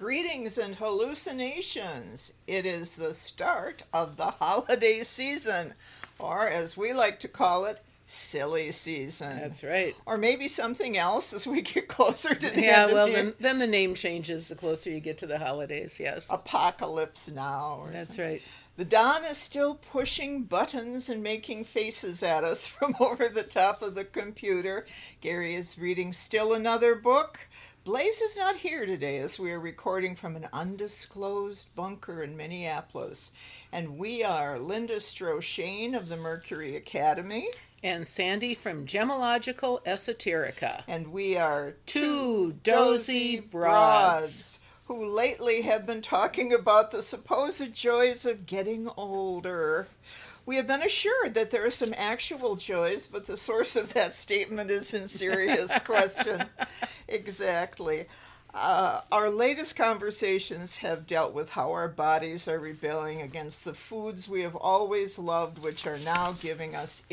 Readings and hallucinations. It is the start of the holiday season, or as we like to call it, silly season. That's right. Or maybe something else as we get closer to the Yeah, end well, of the year. then, then the name changes the closer you get to the holidays, yes. Apocalypse Now. Or That's something. right. The Don is still pushing buttons and making faces at us from over the top of the computer. Gary is reading still another book. Blaze is not here today as we are recording from an undisclosed bunker in Minneapolis. And we are Linda Stroshane of the Mercury Academy, And Sandy from Gemological Esoterica. and we are Two dozy broads. who lately have been talking about the supposed joys of getting older. We have been assured that there are some actual joys, but the source of that statement is in serious question. Exactly. Uh, our latest conversations have dealt with how our bodies are rebelling against the foods we have always loved, which are now giving us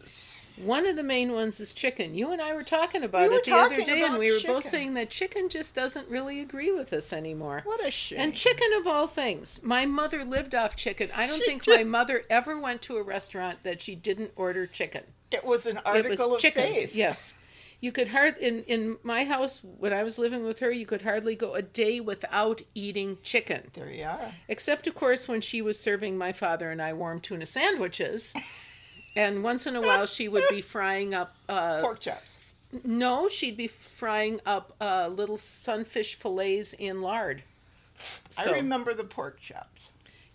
issues. One of the main ones is chicken. You and I were talking about were it the other talking day, and about we were chicken. both saying that chicken just doesn't really agree with us anymore. What a shame. And chicken of all things. My mother lived off chicken. I don't She think did. my mother ever went to a restaurant that she didn't order chicken. it was an article it was of chicken. faith. Yes. You could hard in in my house when I was living with her, you could hardly go a day without eating chicken. There you are. Except of course when she was serving my father and I warm tuna sandwiches. And once in a while she would be frying up uh, Pork chops. no, she'd be frying up uh, little sunfish fillets in lard. So, I remember the pork chops.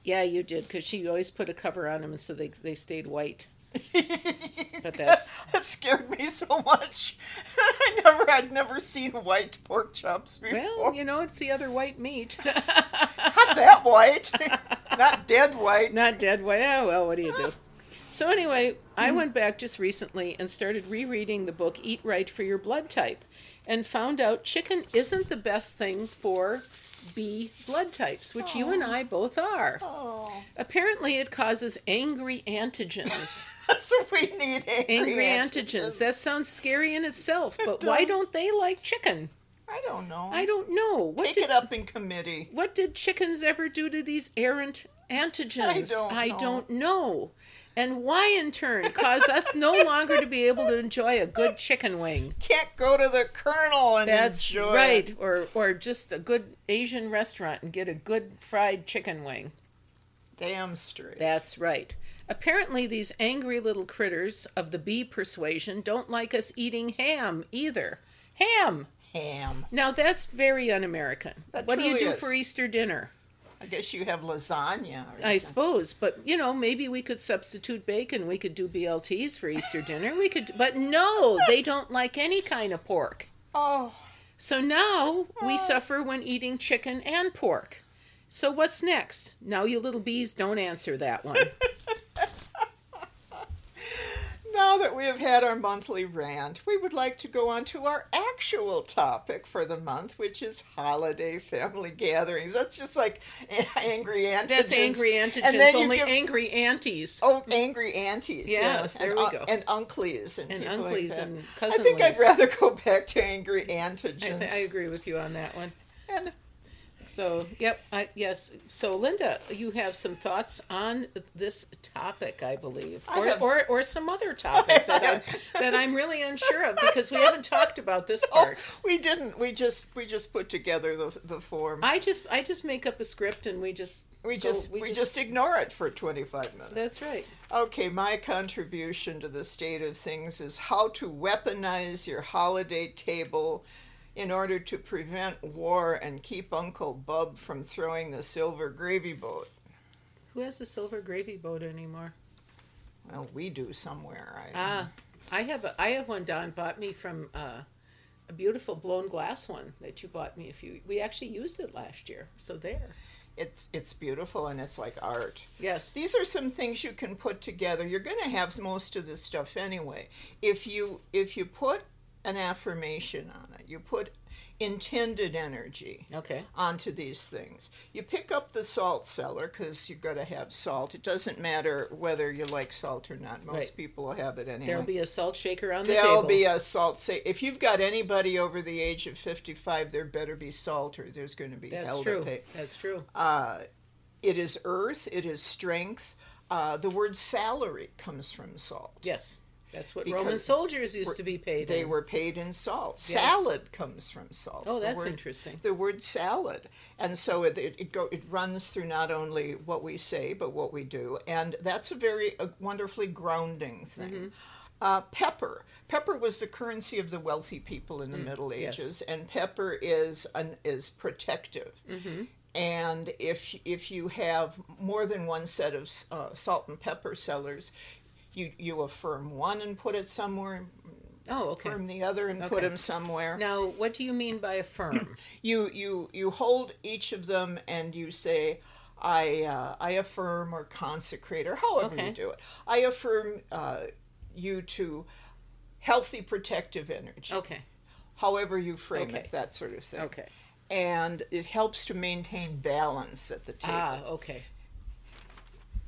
yeah, you did, because she always put a cover on them, and so they they stayed white. But that's That scared me so much. I never, I'd never seen white pork chops before. well, you know, it's the other white meat, Not that white, not dead white. not dead white. Oh well, what do you do? So anyway, Hmm. I went back just recently and started rereading the book Eat Right for Your Blood Type, and found out chicken isn't the best thing for B blood types, which you and I both are. Oh, Apparently, it causes angry antigens. so we need angry, angry antigens. That sounds scary in itself, but why does. don't they like chicken? I don't know. I don't know. What Take did, it up in committee. What did chickens ever do to these errant antigens? I don't know. don't know. And why, in turn, cause us no longer to be able to enjoy a good chicken wing? Can't go to the colonel and That's enjoy. right. Or, or just a good Asian restaurant and get a good fried chicken wing. Damn straight. That's right. Apparently, these angry little critters of the bee persuasion don't like us eating ham either. Ham! Ham. Now, that's very un American. That What do you truly do is. for Easter dinner? I guess you have lasagna. Or I something. suppose, but you know, maybe we could substitute bacon. We could do BLTs for Easter dinner. We could, but no, they don't like any kind of pork. Oh, So now we Oh. suffer when eating chicken and pork. So what's next? Now you little bees don't answer that one. Now that we have had our monthly rant, we would like to go on to our actual topic for the month, which is holiday family gatherings. That's just like a- angry antigens. That's angry antigens. And then you only give- angry aunties. Oh, angry aunties. Yes, there and, we un- go. And uncles and, And people like uncles that. and I think I'd cousinlies. rather go back to angry I, antigens. th- I agree with you on that one. And So, yep, I, yes. So, Linda, you have some thoughts on this topic, I believe, I or have- or, or some other topic that I'm, that I'm really unsure of because we haven't talked about this Oh. part. we didn't. We just we just put together the the form. I just I just make up a script and we just we go- just we, just ignore it for twenty five minutes. that's right. Okay, my contribution to the state of things is how to weaponize your holiday table in order to prevent war and keep Uncle Bub from throwing the silver gravy boat. Who has a silver gravy boat anymore? Well, we do somewhere. I Ah, I have a I have one Don bought me from uh, a beautiful blown glass one that you bought me a few. We actually used it last year, so there. It's it's beautiful and it's like art. Yes. These are some things you can put together. You're going to have most of this stuff anyway. If you if you put an affirmation on it, you put intended energy Okay. onto these things. You pick up the salt cellar because you're going to have salt. It doesn't matter whether you like salt or not. Most Right. people will have it anyway. There'll be a salt shaker on the There'll table. be a salt. Say, if you've got anybody over the age of 55, there better be salt, or there's going to be That's hell true. to pay. That's true. Uh, it is earth. It is strength. Uh, the word salary comes from salt. Yes. That's what Because Roman soldiers used we're- to be paid. They in. were paid in salt. Yes. Salad comes from salt. The Oh, that's word- interesting. The word salad, and so it it, it, go, it runs through not only what we say but what we do, and that's a very a wonderfully grounding thing. Mm-hmm. Uh, pepper. Pepper was the currency of the wealthy people in the Middle Mm, yes. Ages, and pepper is an is protective. Mm-hmm. And if if you have more than one set of uh, salt and pepper cellars, you you affirm one and put it somewhere Oh, okay. from the other and put 'em put Okay. them somewhere. Now, what do you mean by a firm? You you you hold each of them and you say, I uh, I affirm or consecrate or however Okay. you do it. I affirm uh, you to healthy protective energy. okay. However you frame Oh. Okay. Oh. it, that sort of thing. Okay. And it helps to maintain balance at the table. Ah, okay.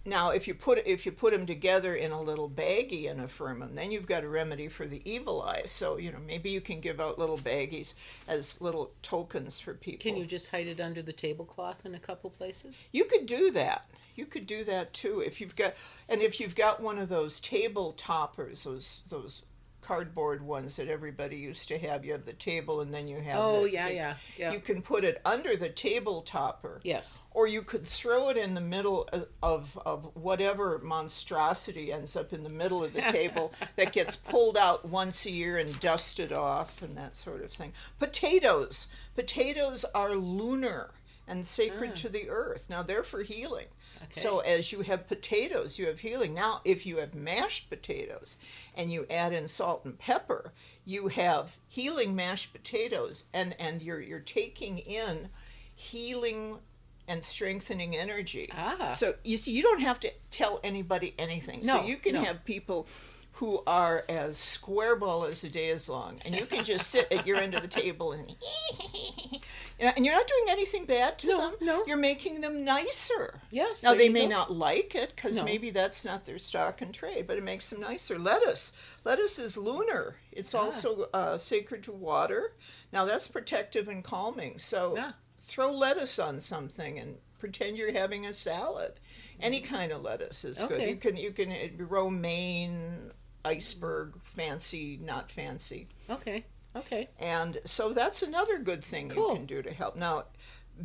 Now, if you put if you put them together in a little baggie and affirm them, then you've got a remedy for the evil eye. So you know maybe you can give out little baggies as little tokens for people. Can you just hide it under the tablecloth in a couple places? You could do that. You could do that too if you've got and if you've got one of those table toppers, those those cardboard ones that everybody used to have. You have the table and then you have Oh, the- yeah, the- yeah, yeah. You can put it under the table topper. Yes. or you could throw it in the middle of- of, of whatever monstrosity ends up in the middle of the table that gets pulled out once a year and dusted off and that sort of thing. Potatoes. Potatoes are lunar and sacred to the earth. Now they're for healing. So as you have potatoes, you have healing. Now if you have mashed potatoes and you add in salt and pepper, you have healing mashed potatoes and, and you're you're taking in healing and strengthening energy. Ah. So you see, you don't have to tell anybody anything. No, so you can no. have people who are as squareball as the day is long, and you can just sit at your end of the table and, you know, and you're not doing anything bad to No, them. no. you're making them nicer. Yes, Now there they you may go. not like it because No. maybe that's not their stock and trade, but it makes them nicer. Lettuce. Lettuce is lunar. Ah. It's also uh, sacred to water. Now that's protective and calming. So Yeah. throw lettuce on something and pretend you're having a salad. Any kind of lettuce is good. Mm. Okay. You can you can it'd be romaine, iceberg, fancy, not fancy. Okay. Okay. And so that's another good thing Cool. you can do to help. Now,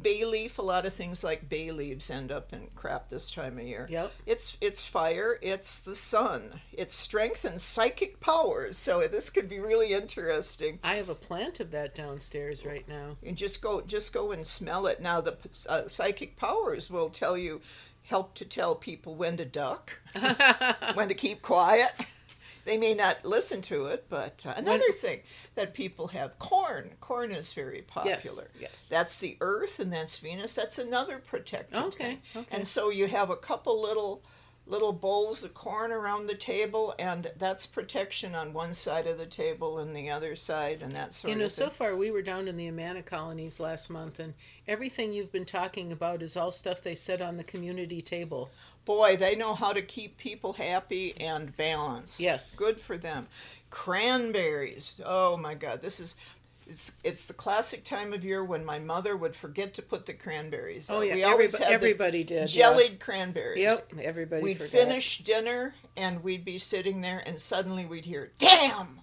bay leaf, a lot of things like bay leaves end up in crap this time of year. Yep. It's it's fire, it's the sun, it's strength and psychic powers. So this could be really interesting. I have a plant of that downstairs right now. And just go just go and smell it. Now the uh, psychic powers will tell you help to tell people when to duck, when to keep quiet. They may not listen to it, but uh, another thing that people have corn. Corn is very popular. yes. That's the Earth and that's Venus. That's another protective Okay, thing. okay. And so you have a couple little little bowls of corn around the table, and that's protection on one side of the table and the other side, and that sort You know, of thing. so far we were down in the Amana colonies last month, and everything you've been talking about is all stuff they said on the community table. Boy, they know how to keep people happy and balanced. Yes. Good for them. Cranberries. Oh my god, this is it's it's the classic time of year when my mother would forget to put the cranberries. out. we always Oh, everybo- had everybody the did. yeah. jellied cranberries. Yep, everybody We'd forgot. finish dinner and we'd be sitting there and suddenly we'd hear, "Damn!"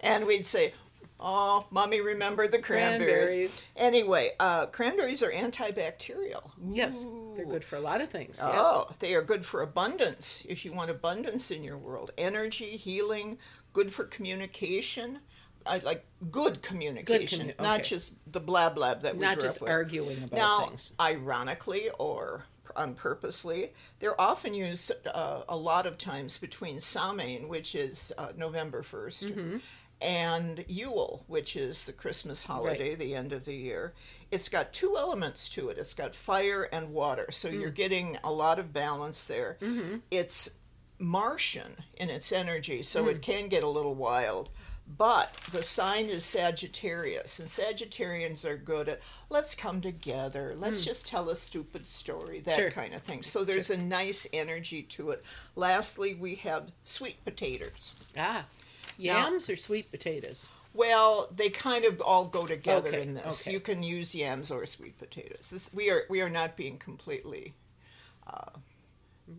and we'd say, "Oh, mommy, remember the Cranberries. cranberries." Anyway, uh, cranberries are antibacterial. Yes, they're Ooh. good for a lot of things. Oh, they are good for abundance if you want abundance in your world. Energy, healing, good for communication. I like good communication, commu- not okay. just the blah blah that yes. we not grew just up with. arguing about now, things. ironically or unpurposely, they're often used uh, a lot of times between Samhain, which is uh, November 1st, and Yule, which is the Christmas holiday, the end of the year. It's got two elements to it it's got fire and water, so you're getting a lot of balance there. It's Martian in its energy, so Hmm. it can get a little wild. But the sign is Sagittarius, and Sagittarians are good at let's come together, let's just tell a stupid story, that Hmm. Sure. kind of thing. So there's a nice energy to it. Lastly, we have sweet potatoes. Ah, yams or sweet potatoes? Well, they kind of all go together Okay, in this. okay. You can use yams or sweet potatoes. This, we are we are not being completely. Uh,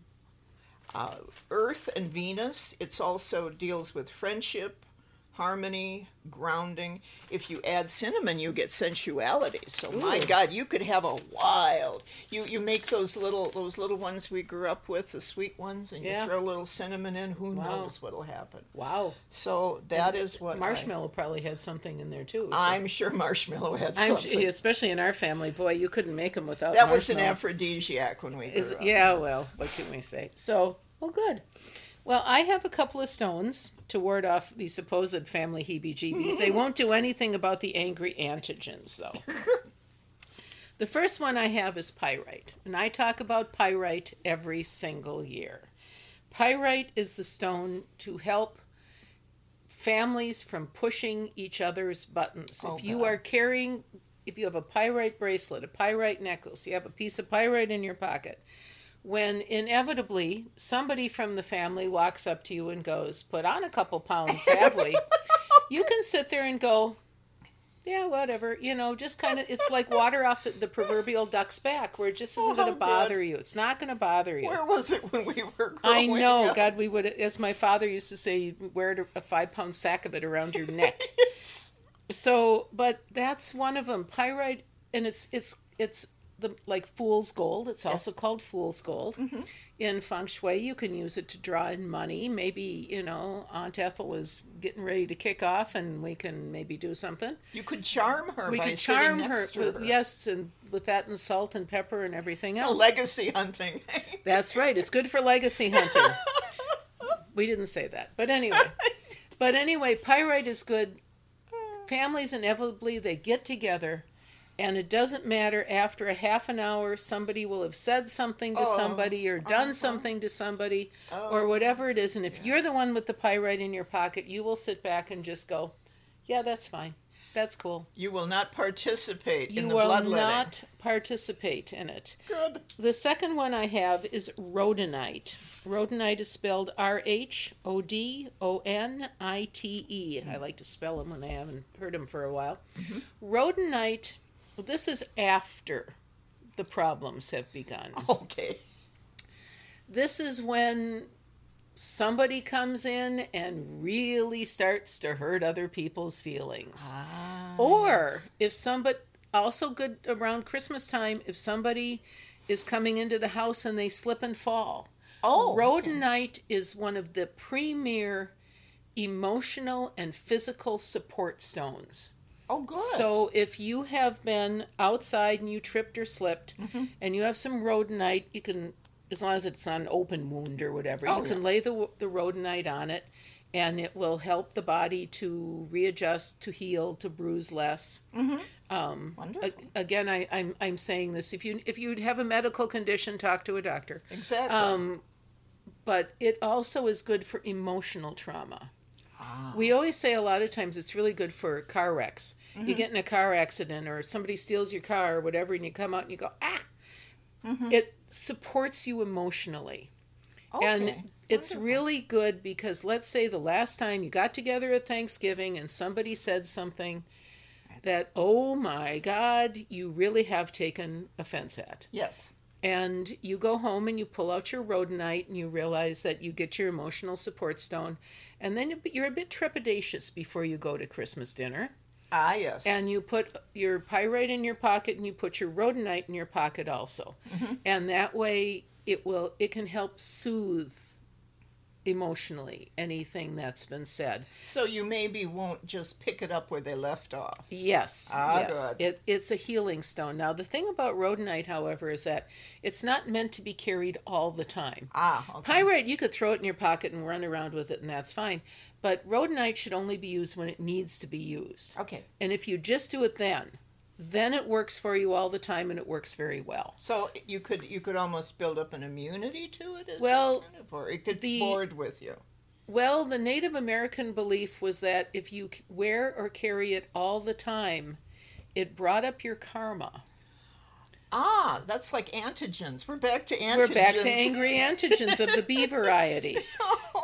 uh, Earth and Venus. It's also deals with friendship, harmony, grounding. If you add cinnamon, you get sensuality. So my Ooh. God, you could have a wild. You you make those little those little ones we grew up with, the sweet ones, and Yeah. you throw a little cinnamon in. Who Wow. knows what'll happen? Wow. So that is what I- Marshmallow probably had something in there too. so- I'm sure marshmallow had I'm something. sh- especially in our family, boy, you couldn't make them without that was an marshmallow. aphrodisiac when we grew Is, up. yeah, well, what can we say? So, well, good. Well, I have a couple of stones to ward off the supposed family heebie jeebies. they won't do anything about the angry antigens, though. the first one I have is pyrite, and I talk about pyrite every single year. Pyrite is the stone to help families from pushing each other's buttons. Oh, if you God. are carrying, if you have a pyrite bracelet, a pyrite necklace, you have a piece of pyrite in your pocket, when inevitably somebody from the family walks up to you and goes, Put on a couple pounds, have we? you can sit there and go, Yeah, whatever. You know, just kind of, it's like water off the, the proverbial duck's back, where it just isn't Oh, going how to good. bother you. It's not going to bother you. Where was it when we were growing I know, up? God, we would, as my father used to say, you'd wear it- a five pound sack of it around your neck. Yes. So, but that's one of them. Pyrite, and it's it's it's the like fool's gold. It's also called fool's gold. Mm-hmm. In feng shui, you can use it to draw in money. Maybe you know Aunt Ethel is getting ready to kick off, and we can maybe do something. You could charm her we by could charm sitting her, next to with- her. yes, and with that and salt and pepper and everything else. Legacy hunting. That's right. It's good for legacy hunting. we didn't say that. But anyway. But anyway, pyrite is good. Families inevitably they get together and it doesn't matter after a half an hour somebody will have said something to Oh, somebody or done uh-huh. something to somebody Oh. or whatever it is and if you're the one with the pyrite in your pocket, you will sit back and just go, "Yeah, that's fine. That's cool." you will not participate You in the will bloodletting. not participate in it. Good. The second one I have is rhodonite. Rhodonite is spelled R H O D O N I T E. I like to spell them when I haven't heard them for a while. Rhodonite, this is after the problems have begun. Okay. This is when somebody comes in and really starts to hurt other people's feelings. Ah. Oh, Or if somebody also good around Christmas time, if somebody is coming into the house and they slip and fall. oh, Rhodonite is one of the premier emotional and physical support stones. oh, good. So if you have been outside and you tripped or slipped Mm-hmm. and you have some rhodonite, you can as long as it's not an open wound or whatever, Oh, you can lay the the rhodonite on it and it will help the body to readjust, to heal, to bruise less. Wonderful. A- again I, I'm I'm saying this if you if you have a medical condition talk to a doctor exactly. um but it also is good for emotional trauma we always say a lot of times it's really good for car wrecks you get in a car accident or somebody steals your car or whatever and you come out and you go ah it supports you emotionally okay. and it's Wonderful. really good because let's say the last time you got together at Thanksgiving and somebody said something that, oh my God, you really have taken offense at. yes. And you go home and you pull out your rhodonite and you realize that you get your emotional support stone. And then you- you're a bit trepidatious before you go to Christmas dinner. Ah, yes. And you put your pyrite in your pocket and you put your rhodonite in your pocket also. Mm-hmm. And that way it will it can help soothe emotionally anything that's been said. so you maybe won't just pick it up where they left off. Yes. Ah, yes. good. It, it's a healing stone. Now the thing about rhodonite, however, is that it's not meant to be carried all the time. Ah, okay. Pyrite, you could throw it in your pocket and run around with it, and that's fine. But rhodonite should only be used when it needs to be used. Okay. And if you just do it then, then it works for you all the time and it works very well. So you could you could almost build up an immunity to it. As Well, kind of, or it gets the- bored with you. Well, the Native American belief was that if you c- wear or carry it all the time, it brought up your karma. Ah, that's like antigens. We're back to antigens. Oh, We're back to angry antigens of the B variety.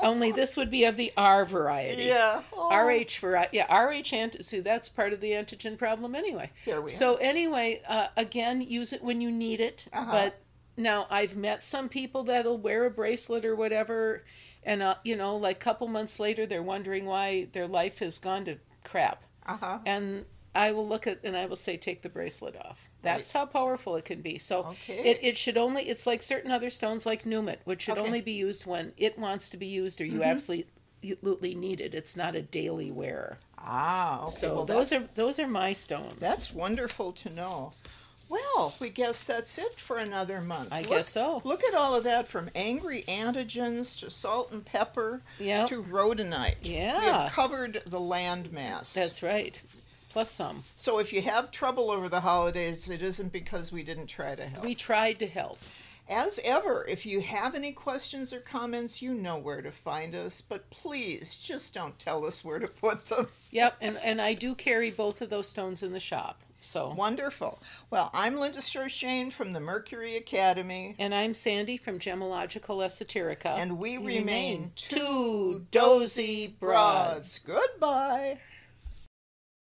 Only this would be of the R variety. yeah. Oh. RH variety. uh, Yeah, RH anti. See, that's part of the antigen problem anyway. There we So anyway, uh, again, use it when you need it. Uh-huh. But now I've met some people that'll wear a bracelet or whatever, and uh, you know, like a couple months later, they're wondering why their life has gone to crap. are. Uh huh. And I will look at and I will say, take the bracelet off. That's how powerful it can be. So Okay. it, it should only it's like certain other stones like numit, which should Okay. Mm-hmm. only be used when it wants to be used or you absolutely absolutely need it. It's not a daily wearer. Ah. Okay. So well, those that's, are those are my stones. that's wonderful to know. Well, we guess that's it for another month. I Look- guess so. Look at all of that from angry antigens to salt and pepper Yep. to rhodonite. We Yeah. have covered the landmass. That's right. Plus some. So if you have trouble over the holidays, it isn't because we didn't try to help. We tried to help. As ever, if you have any questions or comments, you know where to find us, but please just don't tell us where to put them. Yep, and, and I do carry both of those stones in the shop. So Wonderful. Well, I'm Linda Stroshane from the Mercury Academy, and I'm Sandy from Gemological Esoterica. and we You remain remain two two dozy broads. broads. Goodbye.